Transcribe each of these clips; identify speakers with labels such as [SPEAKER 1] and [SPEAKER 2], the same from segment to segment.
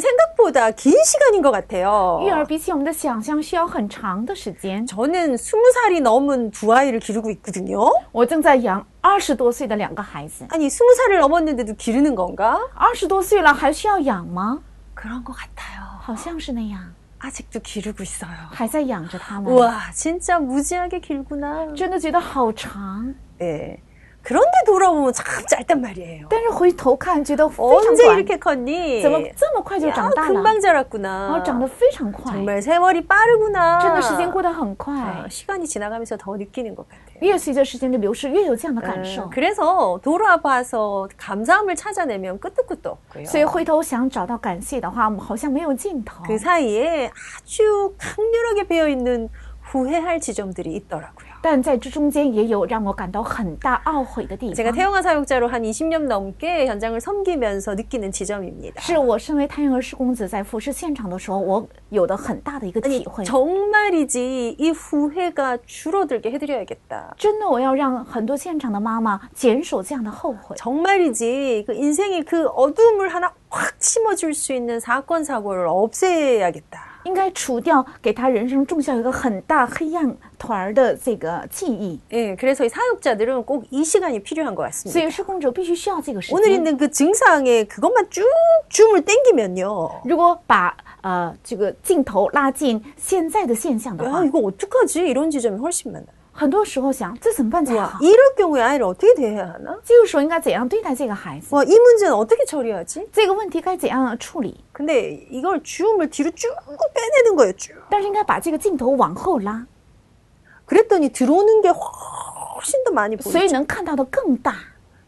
[SPEAKER 1] 생각보다 긴 시간인 것 같아요.
[SPEAKER 2] 育儿比起我们的想象需要很长的时间。
[SPEAKER 1] 저는 20살이 넘은 두 아이를 기르고 있거든요.
[SPEAKER 2] 我正在养二十多岁的两个孩子，
[SPEAKER 1] 아니, 20살을 넘었는데도 기르는 건가?
[SPEAKER 2] 二十多岁了还需要养吗？
[SPEAKER 1] 그런 것 같아요.
[SPEAKER 2] 好像是那样，
[SPEAKER 1] 아직도 기르고 있어요.
[SPEAKER 2] 还在养着他们。
[SPEAKER 1] 우와, 진짜 무지하게 길구나.
[SPEAKER 2] 真的觉得好长，
[SPEAKER 1] 네. 그런데 돌아보면 참 짧단 말이에요.
[SPEAKER 2] 但是回头看觉得非常
[SPEAKER 1] 언제
[SPEAKER 2] 短，
[SPEAKER 1] 이렇게 컸니?
[SPEAKER 2] 怎么这么快就
[SPEAKER 1] 야,
[SPEAKER 2] 长大了？
[SPEAKER 1] 금방
[SPEAKER 2] 然后
[SPEAKER 1] 자랐구나.
[SPEAKER 2] 长得非常快，
[SPEAKER 1] 정말 세월이 빠르구나.
[SPEAKER 2] 真的时间过得很
[SPEAKER 1] 아,
[SPEAKER 2] 快，
[SPEAKER 1] 시간이 지나가면서 더 느끼는 것 같아요.
[SPEAKER 2] 越随着时间的流逝，越有这样的感
[SPEAKER 1] 음,
[SPEAKER 2] 受。
[SPEAKER 1] 그래서 돌아봐서 감사함을 찾아내면 끝도 끝도 없고요.
[SPEAKER 2] 所以回头想找到感谢的话，我们好像没有尽头。
[SPEAKER 1] 그 사이에 아주 강렬하게 배어 있는 후회할 지점들이 있더라고요.
[SPEAKER 2] 但在这中间也有让我感到很大懊悔的地
[SPEAKER 1] 제가
[SPEAKER 2] 方，
[SPEAKER 1] 태영아 사역자로 한 20년 넘게 현장을 섬기면서 느끼는 지점입니다.
[SPEAKER 2] 是我身为太原儿市公子在服侍现场的时候，我有的很大的一个
[SPEAKER 1] 아니
[SPEAKER 2] 体会。
[SPEAKER 1] 정말이지 이 후회가 줄어들게 해드려야겠다.
[SPEAKER 2] 真的，我要让很多现场的妈妈减少这样的后悔。
[SPEAKER 1] 정말이지 그 인생의 그 어둠을 하나 확 심어줄 수 있는 사건 사고를 없애야겠다.
[SPEAKER 2] 应该除掉给他人生种下一个很大黑暗团儿的这个记忆。
[SPEAKER 1] 예, 그래서 이 사역자들은 꼭 이 시간이 필요한 것
[SPEAKER 2] 所
[SPEAKER 1] 같습니다.
[SPEAKER 2] 以施工者必须需要这个时
[SPEAKER 1] 오늘
[SPEAKER 2] 间。
[SPEAKER 1] 있는 그 증상에 그것만 쭉 줌을 땡기면요.
[SPEAKER 2] 如果把呃这个镜头拉近现在的现象的话
[SPEAKER 1] 야 ， 이거 어떡하지? 이런 지점이 훨씬 많아.
[SPEAKER 2] 很多时候想这怎么办才
[SPEAKER 1] 와,
[SPEAKER 2] 好？
[SPEAKER 1] 이럴 경우에 아이를 어떻게 대해야 하나?
[SPEAKER 2] 这个时候应该怎样对待这个孩子？
[SPEAKER 1] 와, 이 문제는 어떻게 처리하지?
[SPEAKER 2] 这个问题该怎样处理？
[SPEAKER 1] 근데 이걸 줌을 뒤로 쭉 빼내는 거예요, 쭉.
[SPEAKER 2] 但是应该把这个镜头往后拉，
[SPEAKER 1] 그랬더니 들어오는 게 훨씬 더 많이
[SPEAKER 2] 所
[SPEAKER 1] 보이죠.
[SPEAKER 2] 以能看到的更大，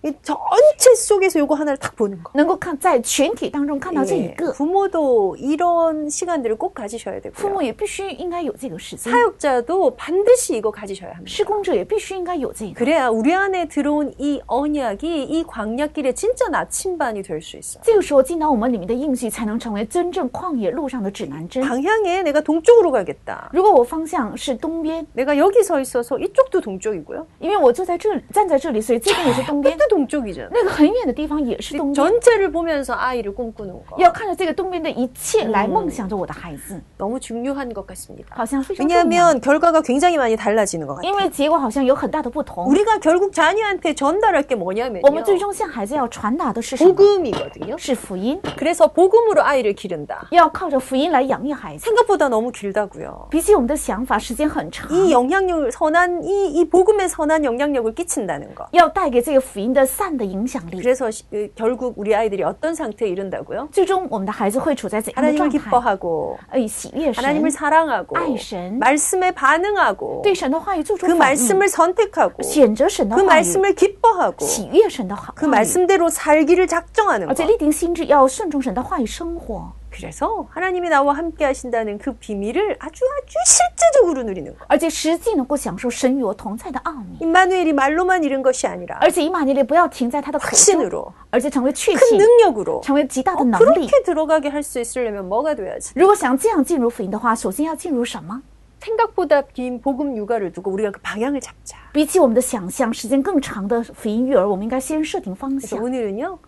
[SPEAKER 1] 이 전체 속에서 요거 하나를 딱 보는 거.
[SPEAKER 2] 能够看在群体当中看到这一
[SPEAKER 1] 예,
[SPEAKER 2] 个。
[SPEAKER 1] 부모도 이런 시간들을 꼭 가지셔야
[SPEAKER 2] 父
[SPEAKER 1] 되고요.
[SPEAKER 2] 母也必须应该有这个时间，
[SPEAKER 1] 사역자도 반드시 이거 가지셔야 합니다.
[SPEAKER 2] 施工者也必须应该有这个。
[SPEAKER 1] 그래야 우리 안에 들어온 이 언약이 이 광약길의 진짜 나침반이 될 수 있어요.
[SPEAKER 2] 这个时候进到我们里面的应许，才能成为真正旷野路上的指南针。
[SPEAKER 1] 방향에 내가 동쪽으로 가겠다.
[SPEAKER 2] 如果我方向是东边，
[SPEAKER 1] 내가 여기 서 있어서 이쪽도 동쪽이고요.
[SPEAKER 2] 因为我坐在这里，站在这里，所以这边也是东边，
[SPEAKER 1] 이것도 동쪽이잖아.
[SPEAKER 2] 那个很远的地方也是东
[SPEAKER 1] 이
[SPEAKER 2] 边。
[SPEAKER 1] 전체를 보면서 아이를 꿈꾸는 거
[SPEAKER 2] 要看着这个东边的一切来梦想着我的孩子，
[SPEAKER 1] 너무 중요한 것 같습니다.
[SPEAKER 2] 好像非常重要。
[SPEAKER 1] 왜냐하면 결과가 굉장히 아, 많이 달라지는 것 같아요.
[SPEAKER 2] 因为结果好像有很大的不同。
[SPEAKER 1] 우리가 결국 자녀한테 전달할 게
[SPEAKER 2] 我们
[SPEAKER 1] 뭐냐면요.
[SPEAKER 2] 最终向孩子要传达的是什么？
[SPEAKER 1] 복음이거든요.
[SPEAKER 2] 是福音，
[SPEAKER 1] 그래서 복음으로 아이를 기른다.
[SPEAKER 2] 要靠着福音来养育孩子。
[SPEAKER 1] 생각보다 너무 길다고요.
[SPEAKER 2] 比起我们的想法，时间很长，
[SPEAKER 1] 이 영향력을 선한 이, 이 복음에 선한 영향력을 끼친다는 거.
[SPEAKER 2] 要带给这个福音的散的影响力。
[SPEAKER 1] 그래서 시- 그 결국 우리 아이들이 어떤 상태에 이른다고요?
[SPEAKER 2] 最终，我们的孩子会处在怎样的
[SPEAKER 1] 하나님을
[SPEAKER 2] 状态？
[SPEAKER 1] 기뻐하고
[SPEAKER 2] 呃，喜悦神，
[SPEAKER 1] 하나님을 사랑하고
[SPEAKER 2] 아이신.
[SPEAKER 1] 말씀에 반응하고
[SPEAKER 2] 对神的话语做出
[SPEAKER 1] 그
[SPEAKER 2] 反应，
[SPEAKER 1] 말씀을 선택하고
[SPEAKER 2] 选择神的
[SPEAKER 1] 그
[SPEAKER 2] 话语，
[SPEAKER 1] 말씀을 기뻐하고
[SPEAKER 2] 喜悦神的话
[SPEAKER 1] 그
[SPEAKER 2] 话语，
[SPEAKER 1] 말씀대로 살기를 작정하는
[SPEAKER 2] 而且
[SPEAKER 1] 거
[SPEAKER 2] 立定心智要顺从神的话语生活，
[SPEAKER 1] 그래서 하나님이 나와 함께 하신다는 그 비밀을 아주 아주 실제적으로 누리는 거
[SPEAKER 2] 而且实际能够享受神与我同在的奥秘。
[SPEAKER 1] 임마누엘이 말로만 이른 것이 아니라
[SPEAKER 2] 而且以马内利不要停在他的口中，
[SPEAKER 1] 확신으로
[SPEAKER 2] 而且成为确
[SPEAKER 1] 큰
[SPEAKER 2] 信，
[SPEAKER 1] 능력으로
[SPEAKER 2] 成为极大的能力。
[SPEAKER 1] 그렇게 들어가게 할 수 있으려면 뭐가 돼야지
[SPEAKER 2] 如果想这样进入福音的话，首先要进入什么？
[SPEAKER 1] 생각보다 긴 복음 육아를 두고 우리가 그 방향을 잡자
[SPEAKER 2] 比起我们的想象，时间更长的福音育儿，我们应该先设定方
[SPEAKER 1] 그래서
[SPEAKER 2] 向。
[SPEAKER 1] 오늘은요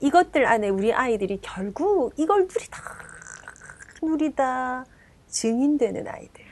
[SPEAKER 1] 이것들 안에 우리 아이들이 결국 이걸 누리다 누리다 증인되는 아이들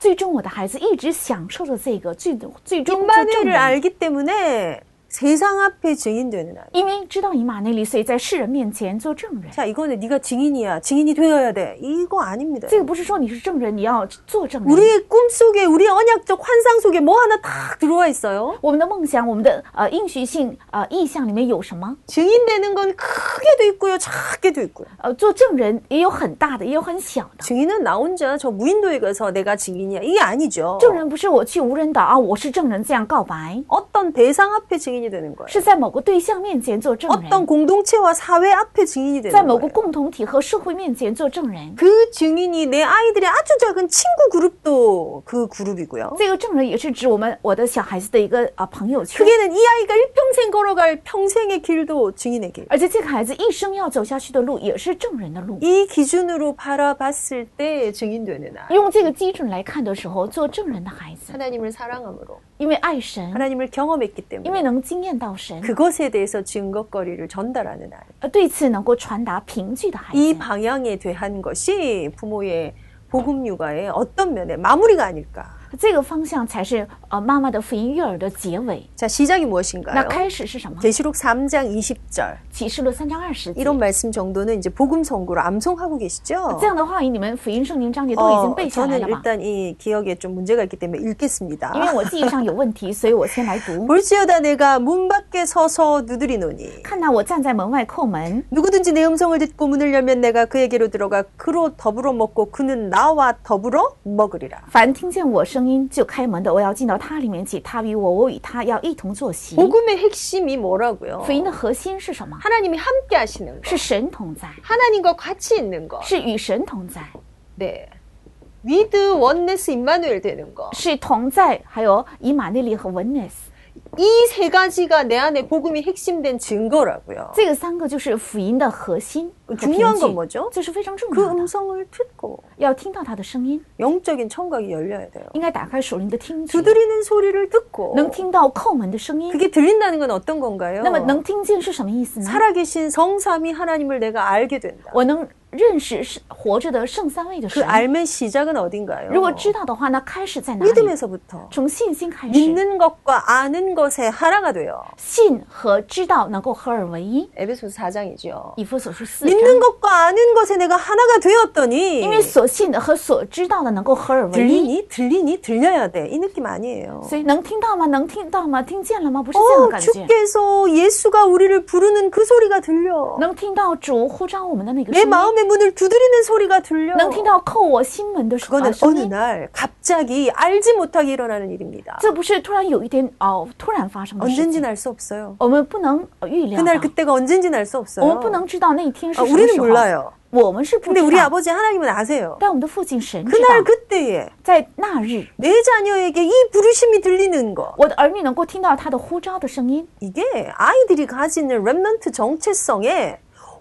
[SPEAKER 2] 最终，我的孩子一直享受着这个，最最终做
[SPEAKER 1] 임마누엘을
[SPEAKER 2] 证人。
[SPEAKER 1] 알기 때문에 세상 앞에 증인되는 아이
[SPEAKER 2] 因为知道以马内利，所以在世人面前做证人。
[SPEAKER 1] 자 이거는 네가 증인이야 증인이 되어야 돼 이거 아닙니다
[SPEAKER 2] 这个不是说你是证人，你要做证人。
[SPEAKER 1] 우리의 꿈속에 우리의 언약적 환상 속에 뭐 하나 딱 들어와 있어요
[SPEAKER 2] 我们的梦想，我们的呃应许性呃意向里面有什么？
[SPEAKER 1] 증인되는 건 크게도 있고요 작게도 있고요
[SPEAKER 2] 呃，做证人也有很大的，也有很小的。
[SPEAKER 1] 증인은 나 혼자 저 무인도에 가서 내가 증인이야 이게 아니죠
[SPEAKER 2] 证人不是我去无人岛啊，我是证人这样告白，
[SPEAKER 1] 어떤 대상 앞에 증인이 되는 거예요
[SPEAKER 2] 是在某个对象面前做证人。
[SPEAKER 1] 어떤 공동체와 사회 앞에 증인이
[SPEAKER 2] 在
[SPEAKER 1] 되는
[SPEAKER 2] 某个
[SPEAKER 1] 거예요
[SPEAKER 2] 共同体和社会面前做证人。
[SPEAKER 1] 그 증인이 내 아이들의 아주 작은 친구 그룹도 그 그룹이고요
[SPEAKER 2] 这个证人也是指我们我的小孩子的一个啊朋友圈，
[SPEAKER 1] 그게는 이 아이가 일평생 걸어갈 평생의 길도 증인의 길.
[SPEAKER 2] 而且这个孩子一生要走下去的路也是证人的路。
[SPEAKER 1] 이 기준으로 바라봤을 때 증인되는 아이.
[SPEAKER 2] 用这个基准来看的时候，做证人的孩子，
[SPEAKER 1] 하나님을 사랑함으로
[SPEAKER 2] 因为爱神，
[SPEAKER 1] 하나님을 경험했기
[SPEAKER 2] 因为
[SPEAKER 1] 때문에
[SPEAKER 2] 能惊艳到神，
[SPEAKER 1] 그것에 대해서 증거거리를 전달하는 아이.
[SPEAKER 2] 呃，对此能够传达凭据的孩
[SPEAKER 1] 이
[SPEAKER 2] 子，
[SPEAKER 1] 방향에 대한 것이 부모의 복음 육아의 어떤 면에 마무리가 아닐까.
[SPEAKER 2] 这个方向才是呃妈妈的福音育儿的结尾。
[SPEAKER 1] 자, 시작이
[SPEAKER 2] 那
[SPEAKER 1] 무엇인가요?
[SPEAKER 2] 开始是什么？
[SPEAKER 1] 계시록 3장 20절.
[SPEAKER 2] 启示录三章二十节。
[SPEAKER 1] 이런 말씀 정도는 이제 복음 선고로 암송하고 계시죠?
[SPEAKER 2] 这样的话语，你们福音圣经章节都已经
[SPEAKER 1] 어,
[SPEAKER 2] 背下来
[SPEAKER 1] 저는
[SPEAKER 2] 了嘛？
[SPEAKER 1] 일단 이 기억에 좀 문제가 있기 때문에
[SPEAKER 2] 因
[SPEAKER 1] 읽겠습니다.
[SPEAKER 2] 为我记忆上有问题，所以我先来 读。
[SPEAKER 1] 볼지어다 내가 문 밖에 서서 누드리노니
[SPEAKER 2] 看到我站在门外叩门，
[SPEAKER 1] 누구든지 내 음성을 듣고 문을 열면 내가 그에게로 들어가 그로 더불어 먹고 그는 나와 더불어 먹으리라.
[SPEAKER 2] 凡听见我声音就开门的，我要进到他里面去。他与我，我与他要一同坐席。
[SPEAKER 1] 복음의 핵심이 뭐라고요?
[SPEAKER 2] 福音的核心是什么？
[SPEAKER 1] 하나님이 함께 하시는 거.
[SPEAKER 2] 是神同在，
[SPEAKER 1] 하나님과 같이 있는 거.
[SPEAKER 2] 是与神同在，
[SPEAKER 1] 네. 위드 원네스 임마누엘 되는 거.
[SPEAKER 2] 是同在，还有以马内利和文内斯
[SPEAKER 1] 이 세 가지가 내 안에 복음이 핵심된 증거라고요.
[SPEAKER 2] 这个三个就是福音的核心和凭据。
[SPEAKER 1] 중요한 건 뭐죠?
[SPEAKER 2] 这是非常重
[SPEAKER 1] 그
[SPEAKER 2] 要的，
[SPEAKER 1] 음성을 듣고
[SPEAKER 2] 要听到他的声音，
[SPEAKER 1] 영적인 청각이 열려야 돼요.
[SPEAKER 2] 应该打开属灵的听觉，
[SPEAKER 1] 두드리는 소리를 듣고
[SPEAKER 2] 能听到叩门的声音。
[SPEAKER 1] 그게 들린다는 건 어떤 건가요?
[SPEAKER 2] 那么能听见是什么意思呢？
[SPEAKER 1] 살아계신 성삼위 하나님을 내가 알게 된다.
[SPEAKER 2] 我能认识是活着的圣三位的
[SPEAKER 1] 그
[SPEAKER 2] 神。
[SPEAKER 1] 알면 시작은 어딘가요?
[SPEAKER 2] 如果知道的话，那开始在哪里？
[SPEAKER 1] 믿음에서부터
[SPEAKER 2] 从信心开始，
[SPEAKER 1] 믿는 것과 아는 것의 하나가 돼요.
[SPEAKER 2] 信和知道能够合而为一。
[SPEAKER 1] 에베소서 4장이죠.
[SPEAKER 2] 以弗所书四章，
[SPEAKER 1] 믿는 것과 아는 것에 내가 하나가 되었더니 뭐
[SPEAKER 2] 因为所信的和所知道的能够合而为一，
[SPEAKER 1] 들리니 들리니 들려야 돼. 이 느낌 아니에요.
[SPEAKER 2] 所以能听到吗？能听到吗？听见了吗？不是这样的
[SPEAKER 1] 어,
[SPEAKER 2] 感觉，
[SPEAKER 1] 주께서 예수가 우리를 부르는 그 소리가 들려.
[SPEAKER 2] 能听到主呼召我们的那个声
[SPEAKER 1] 내
[SPEAKER 2] 音，
[SPEAKER 1] 마음의 문을 두드리는 소리가 들려. 아,
[SPEAKER 2] 能听到叩我心门的声呃
[SPEAKER 1] 그거는
[SPEAKER 2] 声
[SPEAKER 1] 어느
[SPEAKER 2] 音。
[SPEAKER 1] 날 갑자기 알지 못하게 일어나는 일입니다.
[SPEAKER 2] 这不是突然有一天哦，突然发生的事
[SPEAKER 1] 언젠지는
[SPEAKER 2] 情，
[SPEAKER 1] 알 수 없어요.
[SPEAKER 2] 我们不能呃预料的
[SPEAKER 1] 그날 ， 그때가 언젠지는 알 수
[SPEAKER 2] 我
[SPEAKER 1] 없어요.
[SPEAKER 2] 们不能知道那一哦天是
[SPEAKER 1] 아,
[SPEAKER 2] 什么
[SPEAKER 1] 우리는
[SPEAKER 2] 时候，
[SPEAKER 1] 몰라요.
[SPEAKER 2] 我们是不
[SPEAKER 1] 근데
[SPEAKER 2] 知
[SPEAKER 1] 우리
[SPEAKER 2] 道。
[SPEAKER 1] 아버지 하나님은 아세요.
[SPEAKER 2] 但我们的父亲神知
[SPEAKER 1] 그날
[SPEAKER 2] 道，
[SPEAKER 1] 그때에
[SPEAKER 2] 在那日，
[SPEAKER 1] 내 자녀에게 이 부르심이 들리는 거.
[SPEAKER 2] 我的儿女能够听到他的呼召的声音，
[SPEAKER 1] 이게 아이들이 가지는 랩넌트 정체성의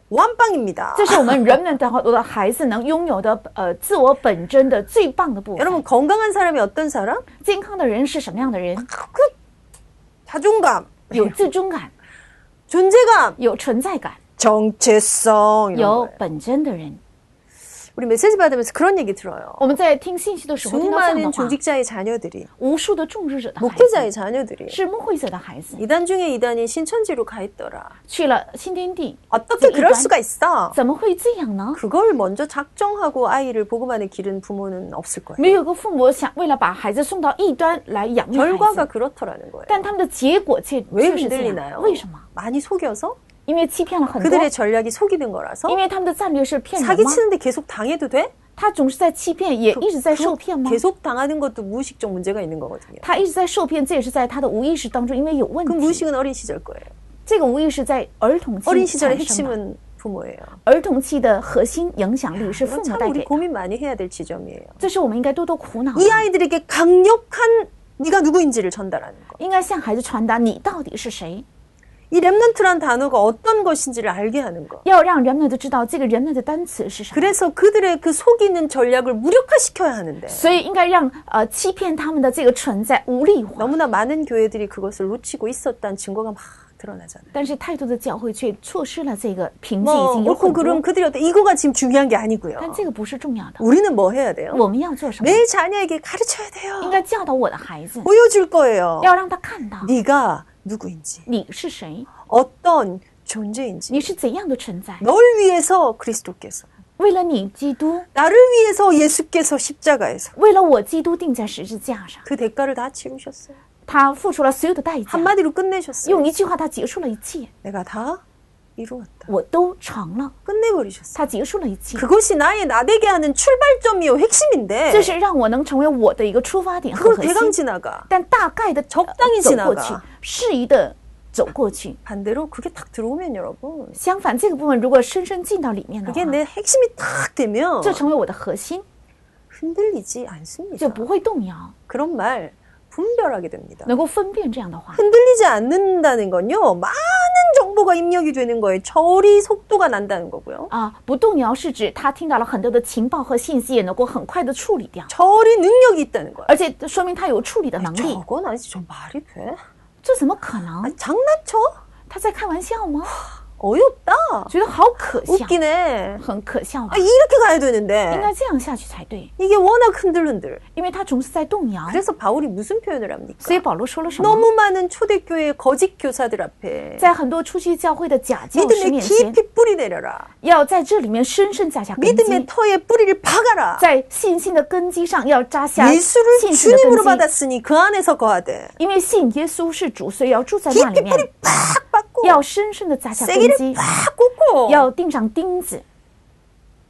[SPEAKER 1] 완빵입니다.
[SPEAKER 2] 这是我们人们的 我的孩子能拥有的呃自我本真的最棒的部分。
[SPEAKER 1] 여러분 건강한 사람이 어떤 사람?
[SPEAKER 2] 健康的人是什么样的人？
[SPEAKER 1] 그 예. 자존감,
[SPEAKER 2] 啊有自尊感，
[SPEAKER 1] 존재감,
[SPEAKER 2] 有存在感，
[SPEAKER 1] 정체성 이런
[SPEAKER 2] 有
[SPEAKER 1] 거예요.
[SPEAKER 2] 本真的人。
[SPEAKER 1] 우리 메시지 받으면서 그런 얘기 들어요.
[SPEAKER 2] 我们在听信息的时候听到这样的
[SPEAKER 1] 수많은
[SPEAKER 2] 话，
[SPEAKER 1] 조직자의 자녀들이
[SPEAKER 2] 无数的种植者的孩子
[SPEAKER 1] 목회자의 자녀들이
[SPEAKER 2] 是牧会者的孩子，
[SPEAKER 1] 이단 중에 이단이 신천지로 가 있더라.
[SPEAKER 2] 去了新天地，
[SPEAKER 1] 어떻게
[SPEAKER 2] 이제
[SPEAKER 1] 그럴
[SPEAKER 2] 이단?
[SPEAKER 1] 수가 있어?
[SPEAKER 2] 怎么会这样呢？
[SPEAKER 1] 그걸 먼저 작정하고 아이를 복음 안에 기른 부모는 없을 거예요.
[SPEAKER 2] 没有个父母想为了把孩子送到异端来养育孩
[SPEAKER 1] 결과가
[SPEAKER 2] 子，
[SPEAKER 1] 그렇더라는 거예요.
[SPEAKER 2] 但他们的结果却
[SPEAKER 1] 왜
[SPEAKER 2] 却是这哦样。
[SPEAKER 1] 흔들리나요?
[SPEAKER 2] 为什么？
[SPEAKER 1] 많이 속여서
[SPEAKER 2] 因为欺骗了很多
[SPEAKER 1] 그들의 전략이 뭐? 속이는 거라서
[SPEAKER 2] 因为他们的战略是骗人吗？
[SPEAKER 1] 사기치는데 계속 당해도 돼?
[SPEAKER 2] 他总是在欺骗，也一直在
[SPEAKER 1] 그-
[SPEAKER 2] 受骗吗？
[SPEAKER 1] 계속 당하는 것도 무의식적 문제가 있는 거거든요.
[SPEAKER 2] 他一直在受骗，这也是在他的无意识当中，因为有问
[SPEAKER 1] 그
[SPEAKER 2] 题。
[SPEAKER 1] 무의식은 어린 시절 거예요.
[SPEAKER 2] 这个无意识在儿童期
[SPEAKER 1] 어린
[SPEAKER 2] 产
[SPEAKER 1] 시절의
[SPEAKER 2] 生的。
[SPEAKER 1] 핵심은 부모예요.
[SPEAKER 2] 儿童期的核心影响力是父
[SPEAKER 1] 이
[SPEAKER 2] 母
[SPEAKER 1] 참
[SPEAKER 2] 带
[SPEAKER 1] 우리
[SPEAKER 2] 给，
[SPEAKER 1] 고민 많이 해야 될 지점이에요.
[SPEAKER 2] 这是我们应该多多苦恼的
[SPEAKER 1] 이 。 아이들에게 강력한 네가 누구인지를 전달하는 거.
[SPEAKER 2] 应该向孩子传达你到底是谁，
[SPEAKER 1] 이 렘넌트란 단어가 어떤 것인지를 알게 하는 거.
[SPEAKER 2] 要让人们都知道这个人们的单词是什么。
[SPEAKER 1] 그래서 그들의 그 속이는 전략을 무력화시켜야 하는데
[SPEAKER 2] 所以应该让呃欺骗他们的这个存在无力化，
[SPEAKER 1] 너무나 많은 교회들이 그것을 놓치고 있었다는 증거가 막 드러나잖아요.
[SPEAKER 2] 但是太多的教会却错失了这个凭借，已
[SPEAKER 1] 뭐
[SPEAKER 2] 经有
[SPEAKER 1] 옳고
[SPEAKER 2] 很
[SPEAKER 1] 그름
[SPEAKER 2] 多，
[SPEAKER 1] 그들이 어때 이거가 지금 중요한 게 아니고요.
[SPEAKER 2] 但这个不是重要的。
[SPEAKER 1] 우리는 뭐 해야 돼요?
[SPEAKER 2] 我们要做什么？
[SPEAKER 1] 내 자녀에게 가르쳐야
[SPEAKER 2] 应
[SPEAKER 1] 돼요.
[SPEAKER 2] 该教导我的孩子，
[SPEAKER 1] 보여줄 거예요.
[SPEAKER 2] 要让他看到
[SPEAKER 1] 네가 누구인지
[SPEAKER 2] 你是谁，
[SPEAKER 1] 어떤 존재인지
[SPEAKER 2] 你是怎样的存在。
[SPEAKER 1] 널 위해서 그리스도께서
[SPEAKER 2] 为了你，基督；
[SPEAKER 1] 나를 위해서 예수께서 십자가에서
[SPEAKER 2] 为了我，基督定在十字架上，
[SPEAKER 1] 그 대가를 다 치르셨어요.
[SPEAKER 2] 他付出了所有的代价。
[SPEAKER 1] 한마디로 끝내셨어요.
[SPEAKER 2] 用一句话，他结束了一切，
[SPEAKER 1] 내가 다 이루었다.
[SPEAKER 2] 我都成了，
[SPEAKER 1] 끝내버리셨어요.
[SPEAKER 2] 他结束了一切。
[SPEAKER 1] 그것이 나의 나되게 하는 출발점이요 핵심인데
[SPEAKER 2] 这是让我能成为我的一个出发点和
[SPEAKER 1] 그걸
[SPEAKER 2] 核
[SPEAKER 1] 대강
[SPEAKER 2] 心。
[SPEAKER 1] 지나가.
[SPEAKER 2] 但大概的走
[SPEAKER 1] 当一起拿
[SPEAKER 2] 过
[SPEAKER 1] 吧
[SPEAKER 2] 去，适宜的走过去。
[SPEAKER 1] 반대로 그게 탁 들어오면 여러분
[SPEAKER 2] 相反，这个部分如果深深进到里面的话
[SPEAKER 1] 그게 ，내 핵심이 탁 되면
[SPEAKER 2] 这成为我的核心，
[SPEAKER 1] 흔들리지 않습니다.
[SPEAKER 2] 就不会动摇，
[SPEAKER 1] 그런 말 분별하게 됩니다.
[SPEAKER 2] 能够分辨这样的话。
[SPEAKER 1] 흔들리지 않는다는 건요, 많은 정보가 입력이 되는 거예요. 처리 속도가 난다는 거고요.
[SPEAKER 2] 啊，不动摇是指他听到了很多的情报和信息，也能够很快的处理掉，
[SPEAKER 1] 처리 능력이 있다는 거예요.
[SPEAKER 2] 而且说明他有处理的能力。
[SPEAKER 1] 저건 아니지, 저 말이 돼?
[SPEAKER 2] 这怎么可能？
[SPEAKER 1] 장난쳐?
[SPEAKER 2] 他在开玩笑吗？
[SPEAKER 1] 어이없다.
[SPEAKER 2] 觉得好可笑，
[SPEAKER 1] 웃기네.
[SPEAKER 2] 很可笑吧
[SPEAKER 1] 아 ？ 이렇게 가야
[SPEAKER 2] 应
[SPEAKER 1] 되는데
[SPEAKER 2] 该这样下去才对，
[SPEAKER 1] 이게 워낙 흔들흔들.
[SPEAKER 2] 因为他总是在动摇。
[SPEAKER 1] 그래서 바울이 무슨 표현을 합니까?
[SPEAKER 2] 所以保罗说了什么？
[SPEAKER 1] 너무 많은 초대교회 거짓 교사들 앞에
[SPEAKER 2] 在很多初期教会的假教师
[SPEAKER 1] 믿음의
[SPEAKER 2] 面前，
[SPEAKER 1] 깊이 뿌리 내려라.
[SPEAKER 2] 要在这里面深深扎下根
[SPEAKER 1] 믿음의
[SPEAKER 2] 基，
[SPEAKER 1] 터에 뿌리를 박아라.
[SPEAKER 2] 在信心的根基上要扎下信
[SPEAKER 1] 예수를
[SPEAKER 2] 心的
[SPEAKER 1] 주님으로
[SPEAKER 2] 根基。
[SPEAKER 1] 받았으니 그 안에서 거하되
[SPEAKER 2] 因为信耶稣是主，所以要住在那里
[SPEAKER 1] 깊이
[SPEAKER 2] 面，
[SPEAKER 1] 뿌리 팍 박고
[SPEAKER 2] 要深深的扎下根
[SPEAKER 1] 세기를
[SPEAKER 2] 基，
[SPEAKER 1] 팍 꽂고
[SPEAKER 2] 要钉上钉子，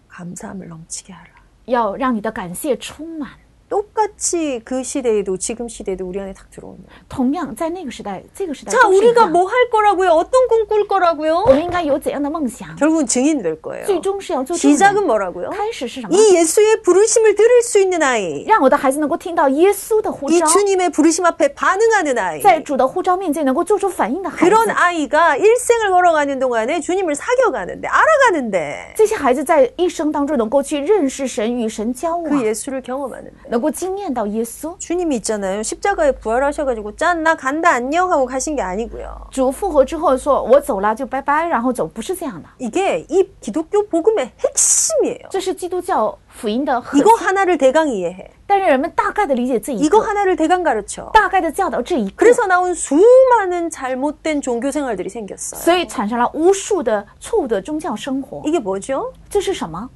[SPEAKER 1] 감사함을 넘치게 하라.
[SPEAKER 2] 要让你的感谢充满。
[SPEAKER 1] 똑같이 그 시대에도 지금 시대에도 우리 안에 탁 들어오는.
[SPEAKER 2] 同样，在那个时代，这个时代
[SPEAKER 1] 자
[SPEAKER 2] 都是一
[SPEAKER 1] 우리가
[SPEAKER 2] 样。
[SPEAKER 1] 뭐 할 거라고요? 어떤 꿈 꿀
[SPEAKER 2] 我
[SPEAKER 1] 거라고요?
[SPEAKER 2] 们应该有怎样的梦想？
[SPEAKER 1] 결국은 증인 될 거예요.
[SPEAKER 2] 最终是要做证人
[SPEAKER 1] 시작은 뭐라고요?
[SPEAKER 2] 开始是什么？
[SPEAKER 1] 이 예수의 부르심을 들을 수 있는 아이.
[SPEAKER 2] 让我的孩子能够听到耶稣的呼
[SPEAKER 1] 이
[SPEAKER 2] 召，
[SPEAKER 1] 주님의 부르심 앞에 반응하는 아이.
[SPEAKER 2] 在主的呼召面前能够做出反应的孩子。
[SPEAKER 1] 그런 아이가 일생을 걸어가는 동안에 주님을 사겨가는데 알아가는데
[SPEAKER 2] 这些孩子在一生当中能够去认识神，与神交往
[SPEAKER 1] 그 ， 예수를 경험하는데
[SPEAKER 2] 能够惊艳到耶稣。
[SPEAKER 1] 주님이 있잖아요 십자가에 부활하셔가지고 짠 나 간다 안녕 하고 가신 게 아니고요
[SPEAKER 2] 主复活之后说：“我走了，就拜拜，然后走。”不是这样的，
[SPEAKER 1] 이게 이 기독교 복음의 핵심이에요
[SPEAKER 2] 这是基督教福音的核
[SPEAKER 1] 이거 하나를 대강 이해해
[SPEAKER 2] 但是人们大概的理解这一
[SPEAKER 1] 이거
[SPEAKER 2] 个，
[SPEAKER 1] 하나를 대강 가르쳐
[SPEAKER 2] 大概的教导这一个，
[SPEAKER 1] 그래서 나온 수많은 잘못된 종교 생활들이 생겼어요
[SPEAKER 2] 所以产生了无数的错误的宗教生活。
[SPEAKER 1] 이게 뭐죠?
[SPEAKER 2] 这是什么？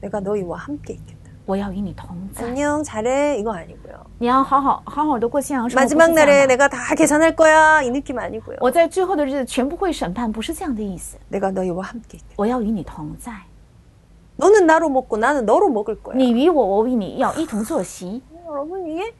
[SPEAKER 1] 내가 너희와 함께 있겠다
[SPEAKER 2] 我要与你同在。
[SPEAKER 1] 안녕 잘해 이거 아니고요
[SPEAKER 2] 你要好好好好的过信仰生活。不是
[SPEAKER 1] 마지막 어.
[SPEAKER 2] 这
[SPEAKER 1] 날에
[SPEAKER 2] 样的
[SPEAKER 1] 내가 다 계산할 거야 이 느낌 아니고요
[SPEAKER 2] 我在最后的日子全部会审判，不是这样的意思。
[SPEAKER 1] 내가 너희와 함께 있겠다
[SPEAKER 2] 我要与你同在，
[SPEAKER 1] 너는 나로 먹고 나는 너로 먹을 거야.
[SPEAKER 2] 你与我，我与你，要一同坐席，
[SPEAKER 1] 여러분 이게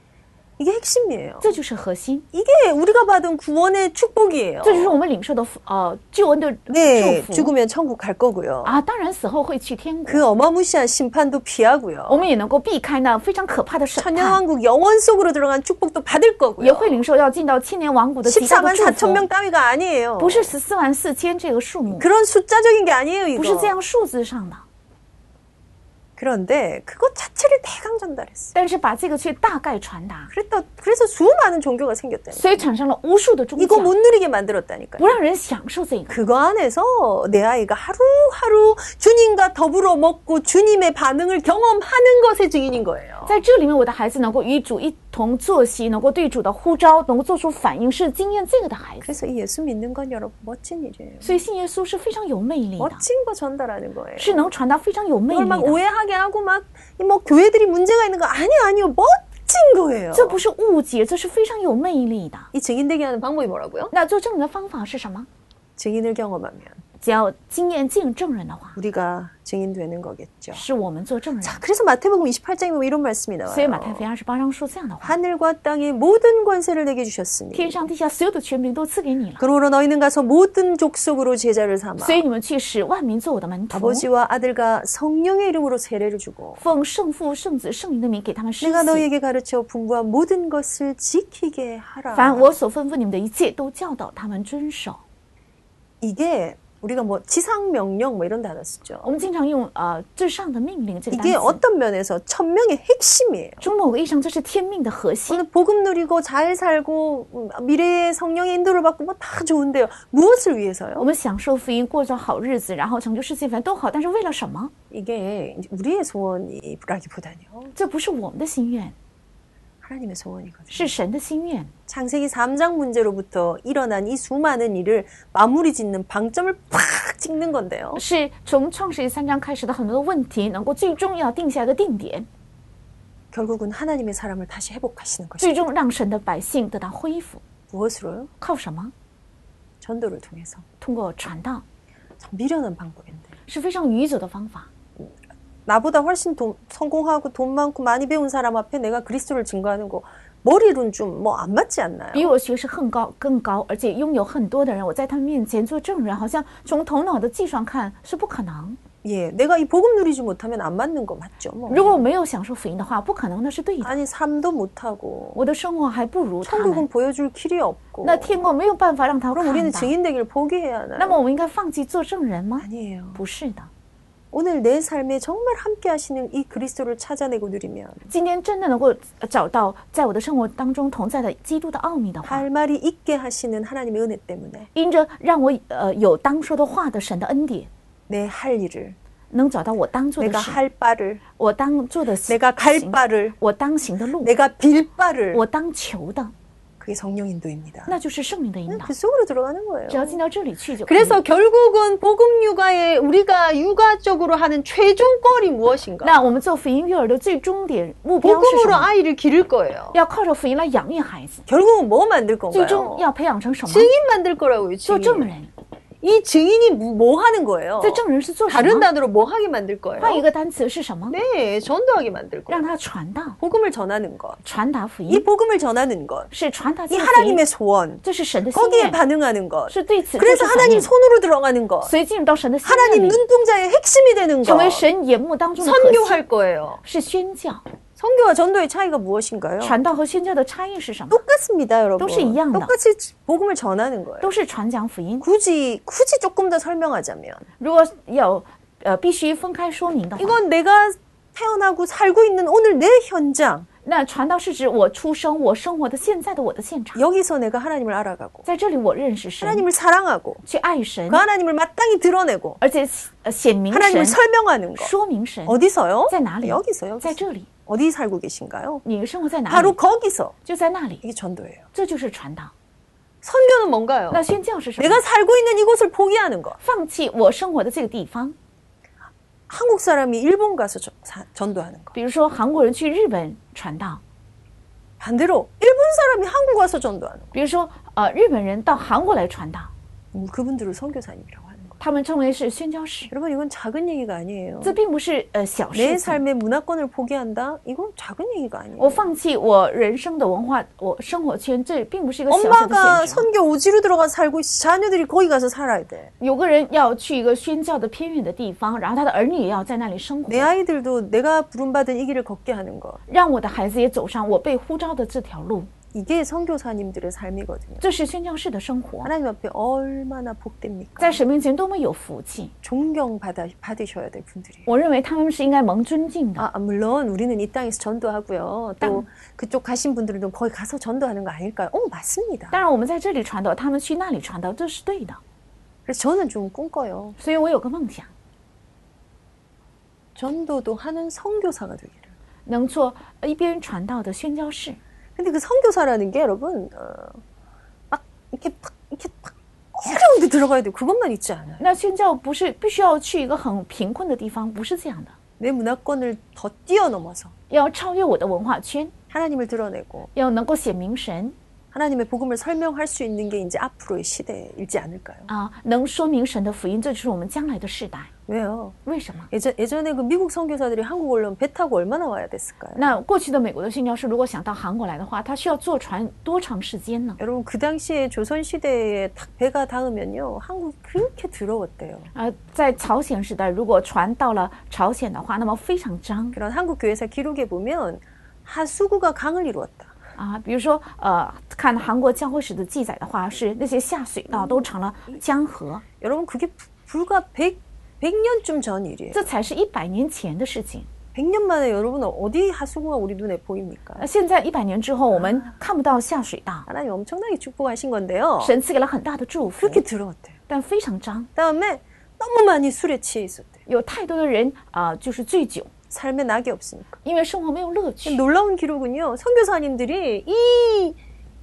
[SPEAKER 1] 이게 핵심이에요.
[SPEAKER 2] 这就是核心，
[SPEAKER 1] 이게 우리가 받은 구원의 축복이에요.
[SPEAKER 2] 这就是我们领受的福呃救恩的
[SPEAKER 1] 네,
[SPEAKER 2] 祝福
[SPEAKER 1] 죽으면 천국 갈 거고요.
[SPEAKER 2] 啊。当然，死后会去天国，
[SPEAKER 1] 그 어마무시한 심판도
[SPEAKER 2] 我
[SPEAKER 1] 피하고요.
[SPEAKER 2] 们也能够避开那非常可怕的审判，
[SPEAKER 1] 천년왕국 영원 속으로 들어간 축복도 받을
[SPEAKER 2] 也
[SPEAKER 1] 거고요.
[SPEAKER 2] 会领受要进到千年王国的极大的
[SPEAKER 1] 14만
[SPEAKER 2] 祝
[SPEAKER 1] 4천
[SPEAKER 2] 福
[SPEAKER 1] 명 。 따위가 아니에요.
[SPEAKER 2] 不是十四万四千这个数目，
[SPEAKER 1] 그런 숫자적인 게 아니에요,
[SPEAKER 2] 不是这
[SPEAKER 1] 이거.
[SPEAKER 2] 样数字上的，
[SPEAKER 1] 그런데 그것 자체를 대강 전달했어요.
[SPEAKER 2] 但是把这个却大概传达，
[SPEAKER 1] 그랬다, 그래서 수많은 종교가 생겼다니까.
[SPEAKER 2] 所以产生了无数的宗教，
[SPEAKER 1] 이거 못 누리게 만들었다니까요.
[SPEAKER 2] 不让人享受这个。
[SPEAKER 1] 그거 안에서 내 아이가 하루하루 주님과 더불어 먹고 주님의 반응을 경험하는 것의 증인인 거예요.
[SPEAKER 2] 在这里面，我的孩子能够与主一同坐席，能够对主的呼召，能够做出反应，是经验这个的孩子。
[SPEAKER 1] 그래서 이 예수 믿는 건 여러분 멋진 일이에요.
[SPEAKER 2] 所以信耶稣是非常有魅力的，
[SPEAKER 1] 멋진 거 전달하는 거예요.
[SPEAKER 2] 是能传达非常有魅
[SPEAKER 1] 그걸
[SPEAKER 2] 力
[SPEAKER 1] 막
[SPEAKER 2] 的。
[SPEAKER 1] 오해하게 하고 막 뭐 교회들이 문제가 있는 거 아니 아니요 멋진 거예요.
[SPEAKER 2] 这不是误解，这是非常有魅力的。
[SPEAKER 1] 이 증인되게 하는 방법이 뭐라고요?
[SPEAKER 2] 那做证人的方法是什么？
[SPEAKER 1] 증인을 경험하면
[SPEAKER 2] 只要经验见证人的话，
[SPEAKER 1] 우리가 증인되는 거겠죠.
[SPEAKER 2] 是我们做证人。
[SPEAKER 1] 자, 그래서 마태복음 28장에 보면 이런 말씀이
[SPEAKER 2] 所
[SPEAKER 1] 나와요.
[SPEAKER 2] 以马太福音二十八章说这样的话：
[SPEAKER 1] 하늘과 땅의 모든 권세를 내게
[SPEAKER 2] 天
[SPEAKER 1] 주셨으니
[SPEAKER 2] 上地下所有的权柄都赐给你了，
[SPEAKER 1] 그러므로 너희는 가서 모든 족속으로 제자를 삼아
[SPEAKER 2] 所以你们去使万民做我的门徒，
[SPEAKER 1] 아버지와 아들과 성령의 이름으로 세례를 주고
[SPEAKER 2] 奉圣父、圣子、圣灵的名给他们施
[SPEAKER 1] 내가
[SPEAKER 2] 洗。
[SPEAKER 1] 너희에게 가르쳐 분부한 모든 것을 지키게 하라.
[SPEAKER 2] 凡我所吩咐你们的一切，都教导他们遵守。
[SPEAKER 1] 이게 우리가 뭐 지상 명령 뭐 이런 단어 쓰죠.
[SPEAKER 2] 我们经常用呃“至上的命令”这个单
[SPEAKER 1] 이게
[SPEAKER 2] 词，
[SPEAKER 1] 어떤 면에서 천명의 핵심이에요.
[SPEAKER 2] 从某个意义上，这是天命的核心。
[SPEAKER 1] 오늘 복음 누리고 잘 살고 음, 미래의 성령의 인도를 받고 뭐 다 좋은데요. 무엇을
[SPEAKER 2] 我
[SPEAKER 1] 위해서요?
[SPEAKER 2] 们享受福音，过着好日子，然后成就世界，反正都好，但是为了什么？
[SPEAKER 1] 이게 이제 우리의 소원이라기보다는요.
[SPEAKER 2] 这不是我们的心愿，
[SPEAKER 1] 하나님의 소원이거든요.
[SPEAKER 2] 是神的心愿。
[SPEAKER 1] 창세기 3장 문제로부터 일어난 이 수많은 일을 마무리 짓는 방점을 팍 찍는 건데요.
[SPEAKER 2] 是从创世纪三章开始的很多的问题，能够最终要定下一个定点，
[SPEAKER 1] 결국은 하나님의 사람을 다시 회복하시는 것이죠.
[SPEAKER 2] 最终让神的百姓得到恢复。
[SPEAKER 1] 무엇으로요?
[SPEAKER 2] 靠什么？
[SPEAKER 1] 전도를 통해서.
[SPEAKER 2] 通过传道，
[SPEAKER 1] 참 미련한 방법인데.
[SPEAKER 2] 是非常愚拙的方法。
[SPEAKER 1] 나보다 훨씬 돈- 성공하고 돈 많고 많이 배운 사람 앞에 내가 그리스도를 증거하는 거 머리로는 좀 뭐 안 맞지 않나요?
[SPEAKER 2] 比我学识更高、更高，而且拥有很多的人，我在他们面前做证人，好像从头脑的计算看是不可能。
[SPEAKER 1] 예, 내가 이 복음 누리지 못하면 안 맞는 거 맞죠? 뭐.
[SPEAKER 2] 如果我没有享受福音的话，不可能那是对的。
[SPEAKER 1] 아니 삶도 못하고
[SPEAKER 2] 我的生活还不如他们
[SPEAKER 1] 천국은 。 보여줄 길이 없고
[SPEAKER 2] 那天国没有办法让他
[SPEAKER 1] 그럼 우리는
[SPEAKER 2] 看到。
[SPEAKER 1] 증인 되기를 포기해야
[SPEAKER 2] 那
[SPEAKER 1] 하나요?
[SPEAKER 2] 么我们应该放弃做证人吗？
[SPEAKER 1] 아니에요.
[SPEAKER 2] 不是的，
[SPEAKER 1] 오늘 내 삶에 정말 함께 하시는 이 그리스도를 찾아내고 누리면
[SPEAKER 2] 今天真的能够呃找到在我的生活当中同在的基督的奥秘的话，
[SPEAKER 1] 할 말이 있게 하시는 하나님의 은혜 때문에
[SPEAKER 2] 因着让我呃有当说的话的神的恩典，
[SPEAKER 1] 내 할 일을
[SPEAKER 2] 能找到我当做的
[SPEAKER 1] 내가
[SPEAKER 2] 事，
[SPEAKER 1] 할 바를
[SPEAKER 2] 我当做的行，
[SPEAKER 1] 내가 갈 바를
[SPEAKER 2] 我当行的路，
[SPEAKER 1] 내가 빌 바를
[SPEAKER 2] 我当求的，
[SPEAKER 1] 그게 성령 인도입니다.
[SPEAKER 2] 那就是圣灵的引导
[SPEAKER 1] 그 。 속으로 들어가는 거예요.
[SPEAKER 2] 只要进到这里去就可以了。
[SPEAKER 1] 그래서 결국은 복음 육아에 우리가 육아적으로 하는 최종거리 무엇인가?
[SPEAKER 2] 那我们做福音育儿的最终点目标是什
[SPEAKER 3] 복음으로
[SPEAKER 2] 么？
[SPEAKER 3] 아이를 기를 거예요.
[SPEAKER 2] 要靠着福音来养育孩子，
[SPEAKER 1] 뭐. 결국은 뭐 만들
[SPEAKER 2] 最终
[SPEAKER 1] 건가요? 어?
[SPEAKER 2] 要培养成什么？
[SPEAKER 3] 증인 만들 거라고요.
[SPEAKER 2] 做证
[SPEAKER 3] 증인.
[SPEAKER 2] 人。
[SPEAKER 1] 이 증인이 뭐- 뭐 하는 거예요?
[SPEAKER 2] 这证人是做什
[SPEAKER 3] 다른
[SPEAKER 2] 么？
[SPEAKER 3] 단어로 뭐 하게 만들
[SPEAKER 2] 换一
[SPEAKER 3] 거예요?
[SPEAKER 2] 哦个单词是什么？
[SPEAKER 3] 네, 전도하게 만들 거예요.
[SPEAKER 2] 让他传道，
[SPEAKER 1] 복음을 전하는 것.
[SPEAKER 2] 传达福
[SPEAKER 1] 이
[SPEAKER 2] 音
[SPEAKER 1] 복음을 전하는 것.
[SPEAKER 2] 是传达
[SPEAKER 1] 이
[SPEAKER 2] 这个福音，
[SPEAKER 1] 하나님의 소원.
[SPEAKER 2] 这是神的心
[SPEAKER 1] 거기에
[SPEAKER 2] 愿，
[SPEAKER 1] 반응하는 것.
[SPEAKER 2] 是对此做
[SPEAKER 1] 그래서
[SPEAKER 2] 出反
[SPEAKER 1] 하나님
[SPEAKER 2] 应，
[SPEAKER 1] 손으로 들어가는 것.
[SPEAKER 2] 所以进入到神的心愿
[SPEAKER 1] 하나님
[SPEAKER 2] 里，
[SPEAKER 1] 눈동자의 핵심이 되는 것.
[SPEAKER 2] 成为神眼目当中的核心，
[SPEAKER 3] 선교할 거예요.
[SPEAKER 2] 是宣教。
[SPEAKER 1] 성교와 전도의 차이가 무엇인가요?
[SPEAKER 2] 传道和宣教的差异是什么？
[SPEAKER 1] 똑같습니다, 여러분.
[SPEAKER 2] 똑같이 이해한다.
[SPEAKER 1] 똑같이 복음을 전하는 거예요.
[SPEAKER 2] 都是传讲福音。
[SPEAKER 1] 굳이 굳이 조금 더 설명하자면
[SPEAKER 3] 아.
[SPEAKER 2] 如果有呃必须分开说明的话，
[SPEAKER 1] 이건 내가 태어나고 살고 있는 오늘 내 현장
[SPEAKER 2] 那传道是指我出生、我生活的现在的我的现场，
[SPEAKER 1] 여기서 내가 하나님을 알아가고
[SPEAKER 2] 在这里我认识神，
[SPEAKER 3] 음.
[SPEAKER 1] 하나님을 사랑하고
[SPEAKER 2] 去爱神
[SPEAKER 1] 그 ， 하나님을 마땅히 드러내고
[SPEAKER 2] 而且呃显明
[SPEAKER 3] 네.
[SPEAKER 1] 하나님을
[SPEAKER 2] 神，
[SPEAKER 1] 설명하는 거
[SPEAKER 2] 说明神
[SPEAKER 1] 어디서요? 네,
[SPEAKER 2] 在哪里？
[SPEAKER 1] 여기서
[SPEAKER 2] 在
[SPEAKER 1] 여기서
[SPEAKER 2] 这里，
[SPEAKER 1] 어디 살고 계신가요?
[SPEAKER 2] 你生活在哪
[SPEAKER 1] 바로
[SPEAKER 2] 里？
[SPEAKER 1] 거기서
[SPEAKER 2] 就在那里，
[SPEAKER 1] 이게 전도예요.
[SPEAKER 2] 这就是传道。
[SPEAKER 3] 선교는 뭔가요?
[SPEAKER 2] 那宣教是什么？
[SPEAKER 1] 내가 살고 있는 이곳을 포기하는 것.
[SPEAKER 2] 放弃我生活的这个地方，
[SPEAKER 1] 한국 사람이 일본 가서 저- 사- 전도하는 거.
[SPEAKER 2] 比如说韩国人去日本传道，
[SPEAKER 1] 반대로 일본 사람이 한국 와서 전도하는 거.
[SPEAKER 2] 比如说呃日本人到韩国来传道，
[SPEAKER 1] 음, 그분들을 선교사님이라고 하는 거.
[SPEAKER 2] 他们称为是宣教士。
[SPEAKER 1] 여러분 이건 작은 얘기가 아니에요.
[SPEAKER 2] 这并不是呃小
[SPEAKER 1] 내
[SPEAKER 2] 事情。
[SPEAKER 1] 삶의 문화권을 포기한다? 이건 작은 얘기가 아니에요.
[SPEAKER 2] 我放弃我人生的文化，我生活圈，这并不是一个小小的
[SPEAKER 1] 엄마가
[SPEAKER 2] 现实。
[SPEAKER 1] 선교 오지로 들어가 서 살고 있어 자녀들이 거기 가서 살아야 돼.
[SPEAKER 2] 有个人要去一个宣教的偏远的地方，然后他的儿女也要在那里生活
[SPEAKER 1] 내 ， 아이들도 내가 부름받은 이 길을 걷게 하는 거.
[SPEAKER 2] 让我的孩子也走上我被呼召的这条路。
[SPEAKER 1] 이게 선교사님들의 삶이거든요.
[SPEAKER 2] 这是宣教士的生活，
[SPEAKER 1] 하나님 앞에 얼마나 복됩니까?
[SPEAKER 2] 在神面前多么有福气！
[SPEAKER 1] 존경받아 받으셔야 될 분들이에요.
[SPEAKER 2] 我认为他们是应该蒙尊敬的。
[SPEAKER 1] 아, 아, 물론 우리는 이 땅에서 전도하고요. 또 그쪽 가신 분들은 거기 가서 전도하는 거 아닐까요? 어, 맞습니다.
[SPEAKER 2] 当然，我们在这里传道，他们去那里传道，这是对的。
[SPEAKER 1] 그래서 저는 좀 꿈꿔요.
[SPEAKER 2] 所以我有个梦想，
[SPEAKER 1] 전도도 하는 선교사가 되기를.
[SPEAKER 2] 能做呃一边传道的宣教士。
[SPEAKER 1] 근데 그 선교사라는 게 여러분 어, 막 이렇게 팍 이렇게 팍 어려운데 들어가야 돼요. 그것만 있지 않아요.
[SPEAKER 2] 那宣教不是必须要去一个很贫困的地方，不是这样的，
[SPEAKER 1] 내 문화권을 더 뛰어넘어서
[SPEAKER 2] 要超越我的文化圈，
[SPEAKER 1] 하나님을 드러내고
[SPEAKER 2] 要能够显明神
[SPEAKER 1] 하나님의 복음을 설명할 수 있는 게 이제 앞으로의 시대일지 않을까요?
[SPEAKER 2] 啊，能说明神的福音，这就是我们将来的世代。
[SPEAKER 1] 왜요?
[SPEAKER 2] 为什么？
[SPEAKER 1] 예전 예전에 그 미국 선교사들이 한국 올라면 배 타고 얼마나 와야 됐을까요?
[SPEAKER 2] 那过去的美国的宣教士，如果想到韩国来的话，他需要坐船多长时间呢？
[SPEAKER 1] 여러분 그 당시에 조선 시대에 딱 배가 닿으면요 한국 그렇게 더러웠대요.
[SPEAKER 2] 呃，在朝鲜时代，如果船到了朝鲜的话，那么非常脏
[SPEAKER 1] 그런 한국 교회사 기록에 보면 하수구가 강을 이루었다.
[SPEAKER 2] 啊。比如说，呃，看韩国教会史的记载的话，是那些下水道都成了江河，
[SPEAKER 1] 여러분 그게 부- 불과 100, 100년쯤 전 일이에요.
[SPEAKER 2] 这才是一百年前的事情。
[SPEAKER 1] 100년 만에 여러분 어디 하수구가 우리 눈에 보입니까?
[SPEAKER 2] 那呃现在一百年之后，我们看不到下水道，
[SPEAKER 1] 하나님 엄청나게 축복하신 건데요.
[SPEAKER 2] 神赐给了很大的祝福，
[SPEAKER 1] 그렇게 더러웠대요.
[SPEAKER 2] 但非常脏，
[SPEAKER 1] 다음에 너무 많이 술에 취해 있었대요.
[SPEAKER 2] 有太多的人啊、就是醉酒，
[SPEAKER 1] 삶에 낙이 없으니까.
[SPEAKER 2] 因为生活没有乐趣。
[SPEAKER 1] 놀라운 기록은요. 선교사님들이 이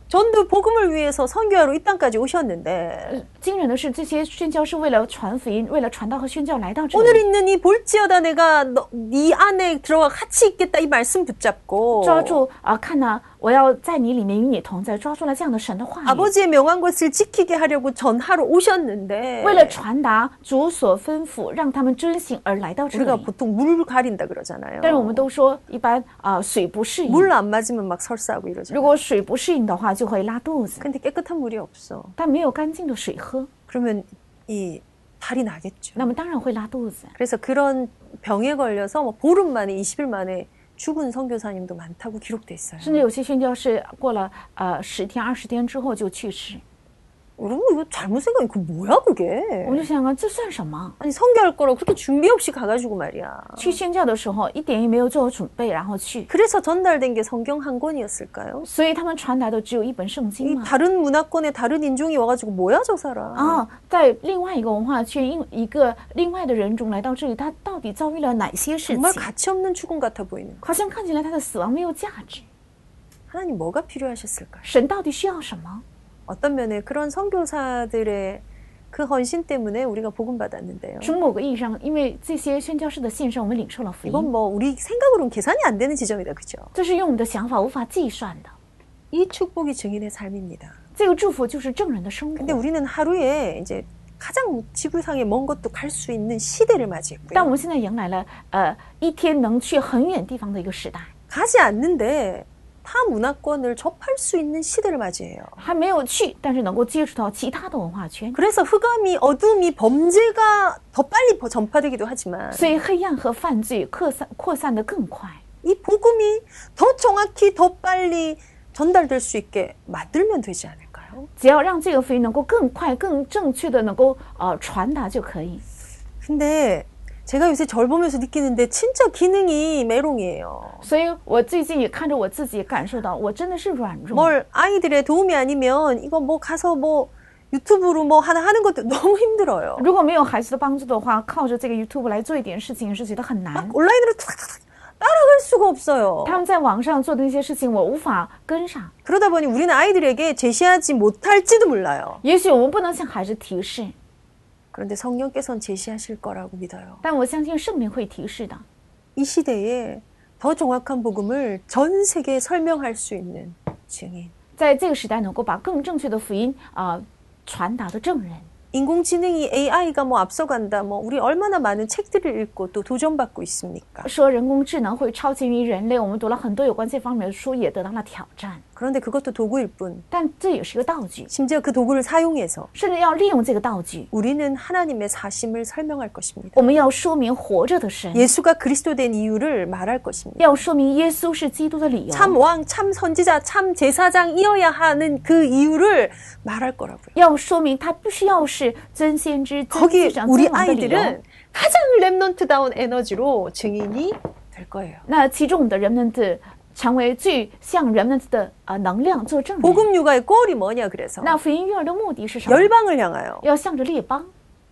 [SPEAKER 1] 전도 복음을 위해서 선교하러 이 땅까지 오셨는데
[SPEAKER 2] 惊人的是，这些宣教是为了传福音，为了传道和宣教来到这
[SPEAKER 1] 오늘
[SPEAKER 2] 里，
[SPEAKER 1] 있는 이 볼지어다 내가 너, 네 안에 들어가 같이 있겠다 이 말씀 붙잡고
[SPEAKER 2] 抓住啊、看呐、我要在你里面与你同在，抓住了这样的神的话语，
[SPEAKER 1] 아버지의 명한 것을 지키게 하려고 전하러 오셨는데
[SPEAKER 2] 为了传达主所吩咐，让他们遵行而来到这
[SPEAKER 1] 우리가
[SPEAKER 2] 里。
[SPEAKER 1] 보통 물 가린다 그러잖아요.
[SPEAKER 2] 但是我们都说，一般啊、水不适应，
[SPEAKER 1] 물 안 맞으면 막 설사하고
[SPEAKER 2] 如
[SPEAKER 1] 이러잖아요.
[SPEAKER 2] 果水不适应的话，就会拉肚子。
[SPEAKER 1] 근데 깨끗한 물이 없어.
[SPEAKER 2] 但没有干净的水喝，
[SPEAKER 1] 그러면 이 달이 나겠죠.
[SPEAKER 2] 那么当然会拉肚子。
[SPEAKER 1] 그래서 그런 병에 걸려서 뭐 보름 만에 20일 만에 죽은 선교사님도 많다고 기록돼 있어요.
[SPEAKER 2] 甚至有些宣教士过了呃十天二十天之后就去世，
[SPEAKER 1] 여러분 뭐 이거 잘못 생각해. 그 뭐야 그게?
[SPEAKER 2] 我们就想啊，这算什么？
[SPEAKER 1] 아니 성교할 거라고 그렇게 준비 없이 가가지고 말이야.
[SPEAKER 2] 去宣教的时候一点也没有做好准备，然后去，
[SPEAKER 1] 그래서 전달된 게 성경 한 권이었을까요?
[SPEAKER 2] 所以他们传达的只有一本圣
[SPEAKER 1] 이
[SPEAKER 2] 经嘛。
[SPEAKER 1] 다른 문화권에 다른 인종이 와가지고 뭐야 저 사람?
[SPEAKER 2] 啊，在另外一个文化圈，因一个另外的人种来到这里，他到底遭遇了哪些事
[SPEAKER 1] 정말
[SPEAKER 2] 情？
[SPEAKER 1] 가치 없는 죽음 같아 보이는.
[SPEAKER 2] 好像看起来他的死亡没有价值。
[SPEAKER 1] 하나님 뭐가 필요하셨을까? 요
[SPEAKER 2] 神到底需要什么？
[SPEAKER 1] 어떤 면에 그런 선교사들의 그 헌신 때문에 우리가 복음 받았는데요.
[SPEAKER 2] 从某个意义上，因为这些宣教士的献上，我们领受了福
[SPEAKER 1] 이건
[SPEAKER 2] 音，
[SPEAKER 1] 뭐 우리 생각으로는 계산이 안 되는 지점이다, 그죠?
[SPEAKER 2] 这是用我们的想法无法计算的。
[SPEAKER 1] 이 축복이 증인의 삶입니다.
[SPEAKER 2] 这个祝福就是证人的生
[SPEAKER 1] 근데
[SPEAKER 2] 活。
[SPEAKER 1] 우리는 하루에 이제 가장 지구상에 먼 곳도 갈 수 있는 시대를
[SPEAKER 2] 但我
[SPEAKER 1] 맞이했고요.
[SPEAKER 2] 们现在迎来了呃一天能去很远地方的一个时代，
[SPEAKER 1] 가지 않는데 타 문화권을 접할 수 있는 시대를 맞이해요.
[SPEAKER 2] 还没有去，但是能够接触到其他的文化圈。
[SPEAKER 1] 그래서 흑암이 어둠이 범죄가 더 빨리 버- 전파되기도 하지만
[SPEAKER 2] 所以黑暗和犯罪扩散扩散的更快，
[SPEAKER 1] 이 복음이 더 정확히 더 빨리 전달될 수 있게 만들면 되지 않을까요?
[SPEAKER 2] 只要让这个福音能够更快、更正确的能够呃传达就可以。
[SPEAKER 1] 근데 제가 요새 절 보면서 느끼는데 진짜 기능이 메롱이에요.
[SPEAKER 2] 所以我最近也看着我自己，感受到我真的是软弱。
[SPEAKER 1] 음. 뭘 아이들의 도움이 아니면 이거 뭐 가서 뭐 유튜브로 뭐 하나 하는 것도 너무 힘들어요.
[SPEAKER 2] 如果没有孩子的帮助的话，靠着这个 YouTube 来做一点事情是觉得很难
[SPEAKER 1] 막 。 온라인으로 탁탁탁 따라갈 수가 없어요.
[SPEAKER 2] 他们在网上做的那些事情，我无法跟上。
[SPEAKER 1] 그러다 보니 우리는 아이들에게 제시하지 못할지도 몰라요.
[SPEAKER 2] 也许我们不能向孩子提示，
[SPEAKER 1] 그런데 성령께서는 제시하실 거라고 믿어요.
[SPEAKER 2] 但我相信圣灵会提示的。
[SPEAKER 1] 이 시대에 더 정확한 복음을 전 세계에 설명할 수 있는 증인.
[SPEAKER 2] 在这个时代，能够把更正确的福音啊、呃传达的证人。
[SPEAKER 1] 인공지능이 AI가 뭐 앞서간다, 뭐 우리 얼마나 많은 책들을 읽고 또 도전받고 있습니까?
[SPEAKER 2] 说人工智能会超前于人类，我们读了很多有关这方面的书，也得到了挑战。
[SPEAKER 1] 그런데 그것도 도구일 뿐,
[SPEAKER 2] 但这也是一个道具，
[SPEAKER 1] 심지어 그 도구를 사용해서
[SPEAKER 2] 甚至要利用这个道具，
[SPEAKER 1] 우리는 하나님의 사심을 설명할 것입니다.
[SPEAKER 2] 我们要说明活着的神，
[SPEAKER 1] 예수가 그리스도 된 이유를 말할 것입니다.
[SPEAKER 2] 要说明耶稣是基督的理由，
[SPEAKER 1] 참 왕, 참 선지자, 참 제사장이어야 하는 그 이유를 말할 거라고요.
[SPEAKER 2] 要说明他必须要是真先知、真祭
[SPEAKER 1] 거기
[SPEAKER 2] 长、
[SPEAKER 1] 우리
[SPEAKER 2] 真王的理由
[SPEAKER 1] 아이들은 。
[SPEAKER 3] 가장 랩넌트다운 에너지로 증인이
[SPEAKER 1] 될 거예요.
[SPEAKER 2] 那其中我们的人们的成为最像人们的呃能量做证人。
[SPEAKER 1] 복음 육아의 꼴이 뭐냐 그래서
[SPEAKER 2] 那福音育儿的目的是什么？
[SPEAKER 1] 열방을 향하여
[SPEAKER 2] 要向着列邦，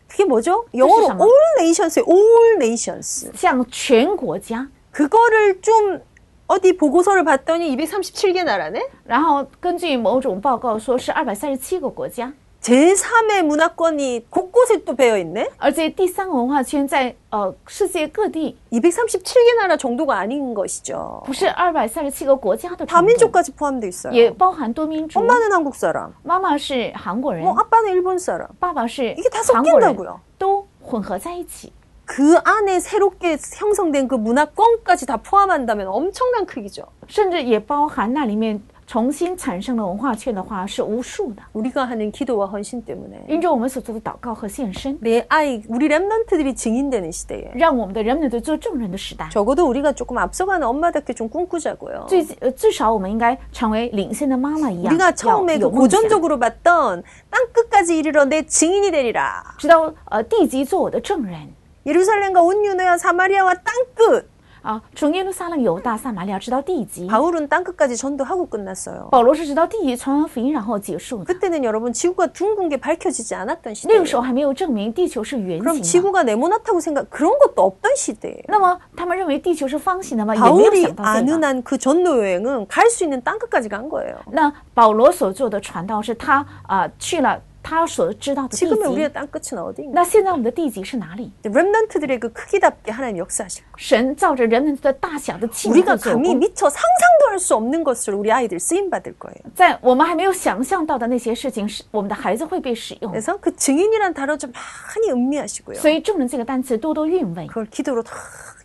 [SPEAKER 1] 그게 뭐죠? 영어로
[SPEAKER 2] 뜻이
[SPEAKER 1] all nations예요. all nations.
[SPEAKER 2] 向全国家。
[SPEAKER 1] 그거를 좀 어디 보고서를 봤더니
[SPEAKER 3] 237개 나라네?
[SPEAKER 2] 然后根据某种报告说，是二百三十七个国家。
[SPEAKER 1] 제3의 문화권이 곳곳에 또 배어 있네.
[SPEAKER 2] 而且第三个文化圈在呃世界各地，
[SPEAKER 1] 237개 나라 정도가 아닌 것이죠.
[SPEAKER 2] 不是二百三十七个国家的程度，
[SPEAKER 1] 다민족까지 포함되어 있어요.
[SPEAKER 2] 也包含多民族。
[SPEAKER 1] 엄마는 한국 사람,
[SPEAKER 2] 妈妈是韩国人
[SPEAKER 1] 뭐 ， 아빠는 일본 사람.
[SPEAKER 2] 爸爸是
[SPEAKER 1] 이게 다
[SPEAKER 2] 韩国人，
[SPEAKER 1] 섞인다고요.
[SPEAKER 2] 都混合在一起。
[SPEAKER 1] 그 안에 새롭게 형성된 그 문화권까지 다 포함한다면 엄청난 크기죠.
[SPEAKER 2] 甚至也包含那里面重新产生的文化圈的话是无数的。
[SPEAKER 1] 우리가 하는 기도와 헌신 때문에
[SPEAKER 2] 因着我们所做的祷告和献身，
[SPEAKER 1] 내 아이, 우리 랩런트들이 증인되는 시대에
[SPEAKER 2] 让我们的人们的做证人的时代，
[SPEAKER 1] 적어도 우리가 조금 앞서가는 엄마답게 좀 꿈꾸자고요.
[SPEAKER 2] 最呃至少我们应该成为领先的妈妈一样，
[SPEAKER 1] 우리가 처음에
[SPEAKER 2] 要
[SPEAKER 1] 그
[SPEAKER 2] 有梦想，
[SPEAKER 1] 고전적으로 봤던 땅 끝까지 이르러 내 증인이 되리라.
[SPEAKER 2] 直到呃地级做我的证人
[SPEAKER 1] 예루살렘과 온 유네와 사마리아와 땅끝.
[SPEAKER 2] 啊，从耶路撒冷、犹大、撒玛利亚直到地级。
[SPEAKER 1] 바울은 땅끝까지 전도하고 끝났어요.
[SPEAKER 2] 保罗是直到地级传完福音然后结束的。
[SPEAKER 1] 그때는 여러분 지구가 둥근 게 밝혀지지 않았던
[SPEAKER 2] 那
[SPEAKER 1] 시대예요.
[SPEAKER 2] 个时候还没有证明地球是圆
[SPEAKER 1] 네, 그렇죠. 그럼
[SPEAKER 2] 形的，
[SPEAKER 1] 지구가 네모나다고 생각 그런 것도 없던 시대예요.
[SPEAKER 2] 那么他们认为地球是方形的吗？也没有
[SPEAKER 1] 아, 바울이
[SPEAKER 2] 想到这
[SPEAKER 1] 아는
[SPEAKER 2] 个。
[SPEAKER 1] 한 그 전도 여행은 갈 수 있는 땅 끝까지 간 거예요.
[SPEAKER 2] 那保罗所做的传道是他啊、去了他所知道的地
[SPEAKER 1] 지금의
[SPEAKER 2] 级。
[SPEAKER 1] 우리의 땅 끝은 어디인가?
[SPEAKER 2] 那现在我们的地级是哪里？
[SPEAKER 1] 렘넌트들의 그 크기답게 하나님 역사하실 거예요. 뭐
[SPEAKER 2] 神照着人们的大小的气量
[SPEAKER 1] 우리가
[SPEAKER 2] 在做
[SPEAKER 1] 감히
[SPEAKER 2] 工，
[SPEAKER 1] 미처 상상도 할 수 없는 것을 우리 아이들 쓰임 받을 거예요.
[SPEAKER 2] 在我们还没有想象到的那些事情，是我们的孩子会被使用。
[SPEAKER 1] 그래서 그 증인이란 단어 좀 많이 음미하시고요.
[SPEAKER 2] 所以“证人”这个单词多多韵味，
[SPEAKER 1] 그걸 기도로 다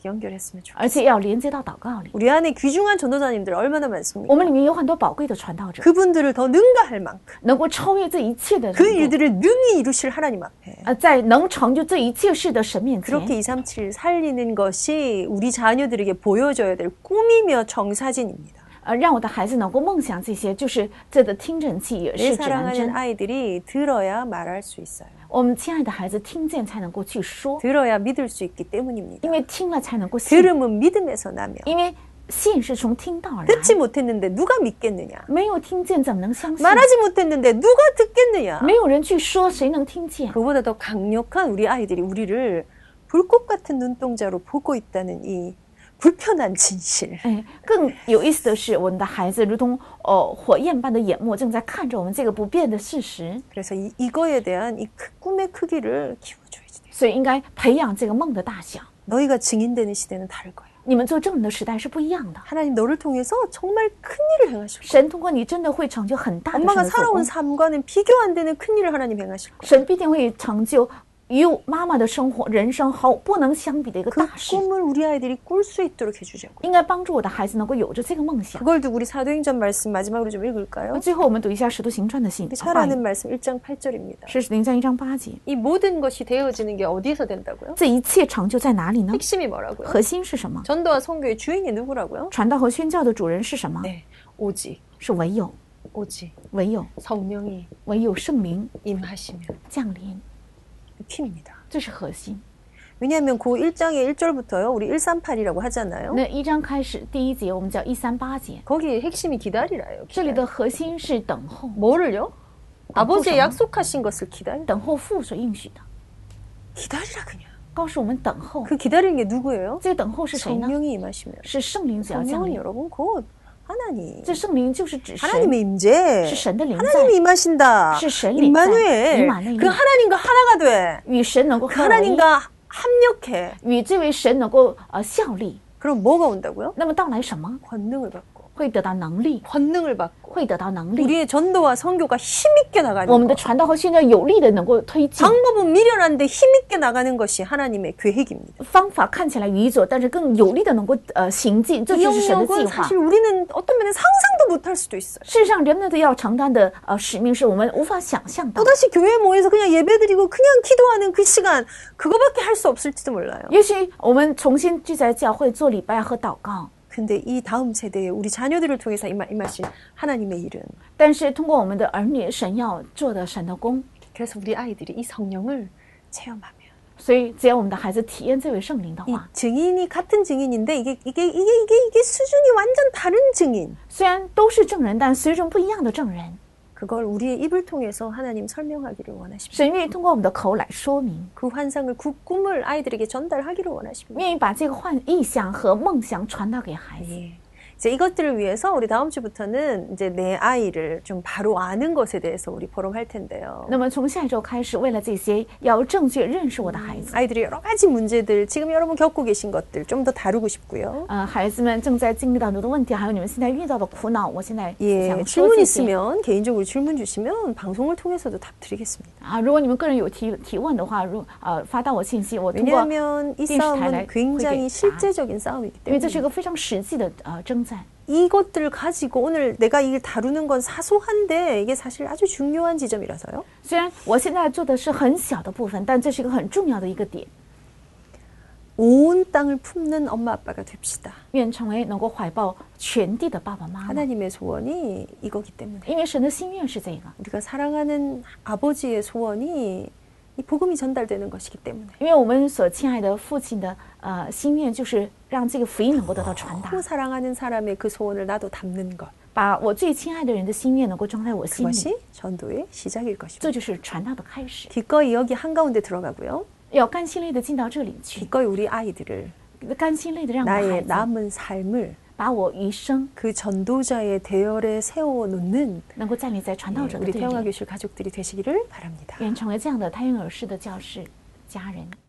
[SPEAKER 1] 연결했으면 좋겠어요.
[SPEAKER 2] 而且要连接到祷告里。
[SPEAKER 1] 우리 안에 귀중한 전도자님들 얼마나 많습니까?
[SPEAKER 2] 我们里面有很多宝贵的传道者，
[SPEAKER 1] 그분들을 더 능가할 만큼
[SPEAKER 2] 能够超越这一切的
[SPEAKER 1] 그
[SPEAKER 2] 人都
[SPEAKER 1] 일들을 능히 이루실 하나님 앞에
[SPEAKER 2] 呃，在能成就这一切事的神面前，
[SPEAKER 1] 그렇게 237 살리는 것이 우리 자녀들에게 보여줘야 될 꿈이며 정사진입니다.
[SPEAKER 2] 啊、呃，让我的孩子能够梦想这些，就是这的听诊器也
[SPEAKER 1] 내
[SPEAKER 2] 是指南针
[SPEAKER 1] 사랑하는 。 아이들이 들어야 말할 수 있어요.
[SPEAKER 2] 我们亲爱的孩子，听见才能够去说，
[SPEAKER 1] 들어야 믿을 수 있기 때문입니다.
[SPEAKER 2] 因为听了才能够信，
[SPEAKER 1] 들음은 믿음에서 나며
[SPEAKER 2] 因为信是从听到而来。
[SPEAKER 1] 듣지 못했는데 누가 믿겠느냐?
[SPEAKER 2] 没有听见怎么能相信？
[SPEAKER 1] 말하지 못했는데 누가 듣겠느냐?
[SPEAKER 2] 没有人去说，谁能听见？
[SPEAKER 1] 그보다 더 강력한 우리 아이들이 우리를 불꽃 같은 눈동자로 보고 있다는 이 불편한 진실.
[SPEAKER 2] 哎，更有意思的是，我们的孩子如同呃火焰般的眼目，正在看着我们这个不变的事实。
[SPEAKER 1] 그래서 이, 이거에 대한 이 크- 꿈의 크기를 키워줘야지 돼요.
[SPEAKER 2] 所以，应该培养这个梦的大小。
[SPEAKER 1] 너희가 증인되는 시대는 다를 거야.
[SPEAKER 2] 你们做证人的时代是不一样的。
[SPEAKER 1] 하나님 너를 통해서 정말 큰 일을 행하실 거야.
[SPEAKER 2] 神通过你真的会成就很大的神
[SPEAKER 1] 엄마가
[SPEAKER 2] 的作
[SPEAKER 1] 살아온
[SPEAKER 2] 工，
[SPEAKER 1] 삶과는 비교 안 되는 큰 일을 하나님 행하실 거야.
[SPEAKER 2] 神必定会成就与妈妈的生活、人生毫不能相比的一个
[SPEAKER 1] 그
[SPEAKER 2] 大事。
[SPEAKER 1] 꿈을 우리 아이들이 꿀 수 있도록 해주자고.
[SPEAKER 2] 应该帮助我的孩子能够有着这个梦想。
[SPEAKER 1] 그걸 두고 우리 사도행전 말씀 마지막으로 좀
[SPEAKER 3] 그렇죠.
[SPEAKER 1] 읽을까요?
[SPEAKER 2] 最后，我们读一下《使徒行传》的信，
[SPEAKER 1] 사라는 말씀 1장 8절입니다.
[SPEAKER 2] 是《使徒行传》一章八节。
[SPEAKER 3] 이 모든 것이 되어지는 게 어디에서 된다고요?
[SPEAKER 2] 这一切成就在哪里呢？
[SPEAKER 3] 핵심이 뭐라고요?
[SPEAKER 2] 核心是什么？
[SPEAKER 1] 전도와 선교의 주인이 누구라고요?
[SPEAKER 2] 传道和宣教的主人是什
[SPEAKER 1] 哎
[SPEAKER 2] 么？
[SPEAKER 3] 네, 오직
[SPEAKER 2] 是唯有，
[SPEAKER 3] 오직
[SPEAKER 2] 唯有，
[SPEAKER 3] 성령이
[SPEAKER 2] 唯有圣灵
[SPEAKER 3] 임하시면
[SPEAKER 2] 降临，
[SPEAKER 1] 핀입니다.
[SPEAKER 2] 这是核心。
[SPEAKER 1] 왜냐하면 그 1장의 1절부터요. 우리 138이라고 하잖아요.
[SPEAKER 3] 네.
[SPEAKER 2] 那一章开始第一节，我们叫一三八节，
[SPEAKER 3] 거기 핵심이 기다리라요.
[SPEAKER 2] 这
[SPEAKER 3] 기다리.
[SPEAKER 2] 里的核心是等候，
[SPEAKER 3] 뭐를요?
[SPEAKER 1] 아버지의
[SPEAKER 2] 보상은?
[SPEAKER 1] 약속하신 것을 기다려.
[SPEAKER 2] 等候父所应许的，
[SPEAKER 1] 기다리라 그냥.
[SPEAKER 2] 告诉我们等候。
[SPEAKER 1] 그 기다리는 게 누구예요?
[SPEAKER 2] 这个等候是谁呢？
[SPEAKER 1] 성령이 임하시면.
[SPEAKER 2] 是圣灵所要降
[SPEAKER 1] 성령은
[SPEAKER 2] 临。
[SPEAKER 1] 여러분 곧 하나님.
[SPEAKER 2] 这圣灵就是指神，
[SPEAKER 1] 하나님의 임재.
[SPEAKER 2] 是神的灵在，
[SPEAKER 1] 하나님이 임하신다.
[SPEAKER 2] 시신,
[SPEAKER 1] 임마누엘.
[SPEAKER 2] 임마누엘.
[SPEAKER 1] 그 하나님과 하나가 돼.
[SPEAKER 2] 与神能够
[SPEAKER 1] 그
[SPEAKER 2] 合为一，
[SPEAKER 1] 하나님과 합력해.
[SPEAKER 2] 与这位神能够呃效力。
[SPEAKER 1] 그럼 뭐가 온다고요?
[SPEAKER 2] 那么到来什么？
[SPEAKER 1] 권능을 받고.
[SPEAKER 2] 会得到能力，
[SPEAKER 3] 권능을 받고
[SPEAKER 2] 会得到能力。
[SPEAKER 1] 우리의 전도와 선교가 힘있게 나가는
[SPEAKER 2] 我们的
[SPEAKER 1] 거.
[SPEAKER 2] 传道和宣教有力的能够推进。
[SPEAKER 1] 방법은 미련한데 힘있게 나가는 것이 하나님의 계획입니다.
[SPEAKER 2] 方法看起来愚拙，但是更有力的能够呃行进，这
[SPEAKER 1] 이
[SPEAKER 2] 就是神的
[SPEAKER 1] 영역은
[SPEAKER 2] 计划。
[SPEAKER 1] 사실 우리는 어떤 면에 상상도 못할 수도 있어요.
[SPEAKER 2] 事实上，人们都要承担的呃使命是我们无法想象到的。
[SPEAKER 1] 또다시 교회 모여서 그냥 예배드리고 그냥 기도하는 그 시간 그거밖에 할 수 없을지도 몰라요.
[SPEAKER 2] 也许我们重新聚在教会做礼拜和祷告，
[SPEAKER 1] 근데 이 다음 세대에 우리 자녀들을 통해서 임하, 임하신 하나님의 일은
[SPEAKER 2] 但是通过我们的儿女，神要做的神的工。
[SPEAKER 3] 그래서 우리 아이들이 이 성령을
[SPEAKER 1] 체험하면
[SPEAKER 2] 所以，只要我们的孩子体验这位圣灵的
[SPEAKER 1] 이
[SPEAKER 2] 话，
[SPEAKER 1] 증인이 같은 증인인데 이게 이게 이게 이게 이게 수준이 완전 다른 증인.
[SPEAKER 2] 虽然都是证人，但水准不一样的证人，
[SPEAKER 1] 그걸 우리의 입을 통해서 하나님 설명하기를 원하십니다.
[SPEAKER 2] 神愿意通过我们的口来说明，
[SPEAKER 1] 그 환상을 그 꿈을 아이들에게 전달하기를 원하십니다.
[SPEAKER 2] 愿意把这个幻意象和梦想传达给孩子。
[SPEAKER 1] 예. 이제 이것들을 위해서 우리 다음 주부터는 이제 내 아이를 좀 바로 아는 것에 대해서 우리 포럼할 텐데요.
[SPEAKER 2] 那么，从下一周开始，为了这些，要正确认识我的孩子。
[SPEAKER 1] 아이들이 여러 가지 문제들 지금 여러분 겪고 계신 것들 좀 더 다루고 싶고요.
[SPEAKER 2] 呃，孩子们正在经历到很多的问题，还有你们现在遇到的苦恼，我现在
[SPEAKER 1] 예,
[SPEAKER 2] 想说
[SPEAKER 1] 질문
[SPEAKER 2] 这些
[SPEAKER 1] 있으면 개인적으로 질문 주시면 방송을 통해서도 답 드리겠습니다.
[SPEAKER 2] 啊。如果你们个人有提提问的话，如呃发到我信息，我通过，
[SPEAKER 1] 왜냐하면 이
[SPEAKER 2] 띵시 달라요.
[SPEAKER 1] 싸움은 굉장히
[SPEAKER 2] 그게-
[SPEAKER 1] 실제적인 싸움이기
[SPEAKER 2] 因为这是
[SPEAKER 1] 때문에
[SPEAKER 2] 一个非常实际的呃征战。
[SPEAKER 1] 이것들을 가지고 오늘 내가 이걸 다루는 건 사소한데 이게 사실 아주 중요한 지점이라서요.
[SPEAKER 2] 虽然我现在做的是很小的部分，但这是一个很重要的一个点。
[SPEAKER 1] 온 땅을 품는 엄마 아빠가 됩시다.
[SPEAKER 2] 愿成为能够怀抱全地的爸爸妈妈，
[SPEAKER 1] 하나님의 소원이 이거기 때문에
[SPEAKER 2] 因为神的心愿是这个。
[SPEAKER 1] 우리가 사랑하는 아버지의 소원이 이 복음이 전달되는 것이기 때문에
[SPEAKER 2] 因为我们所亲爱的父亲的呃心愿就是让这个福音能够得到传达
[SPEAKER 1] 또 ， 사랑하는 사람의 그 소원을 나도 담는 것
[SPEAKER 2] 把我最亲爱的人的心愿能够装在我心里，
[SPEAKER 1] 그것이 전도의 시작일 것입니다.
[SPEAKER 2] 这就是传道的开始。
[SPEAKER 1] 기꺼이 여기 한가운데 들어가고요.
[SPEAKER 2] 要甘心累的进到这里去，
[SPEAKER 1] 기꺼이 우리 아이들을
[SPEAKER 2] 甘心累的让我的
[SPEAKER 1] 나의
[SPEAKER 2] 孩子
[SPEAKER 1] 남은 삶을
[SPEAKER 2] 把我余生
[SPEAKER 1] 그 전도자의 대열에 세워놓는
[SPEAKER 2] 能够站立在传道者
[SPEAKER 1] 우리
[SPEAKER 2] 的
[SPEAKER 1] 태영아
[SPEAKER 2] 队列，
[SPEAKER 1] 교실 가족들이 되시기를 바랍니다.
[SPEAKER 2] 愿成为这样的胎婴儿式的教室家人。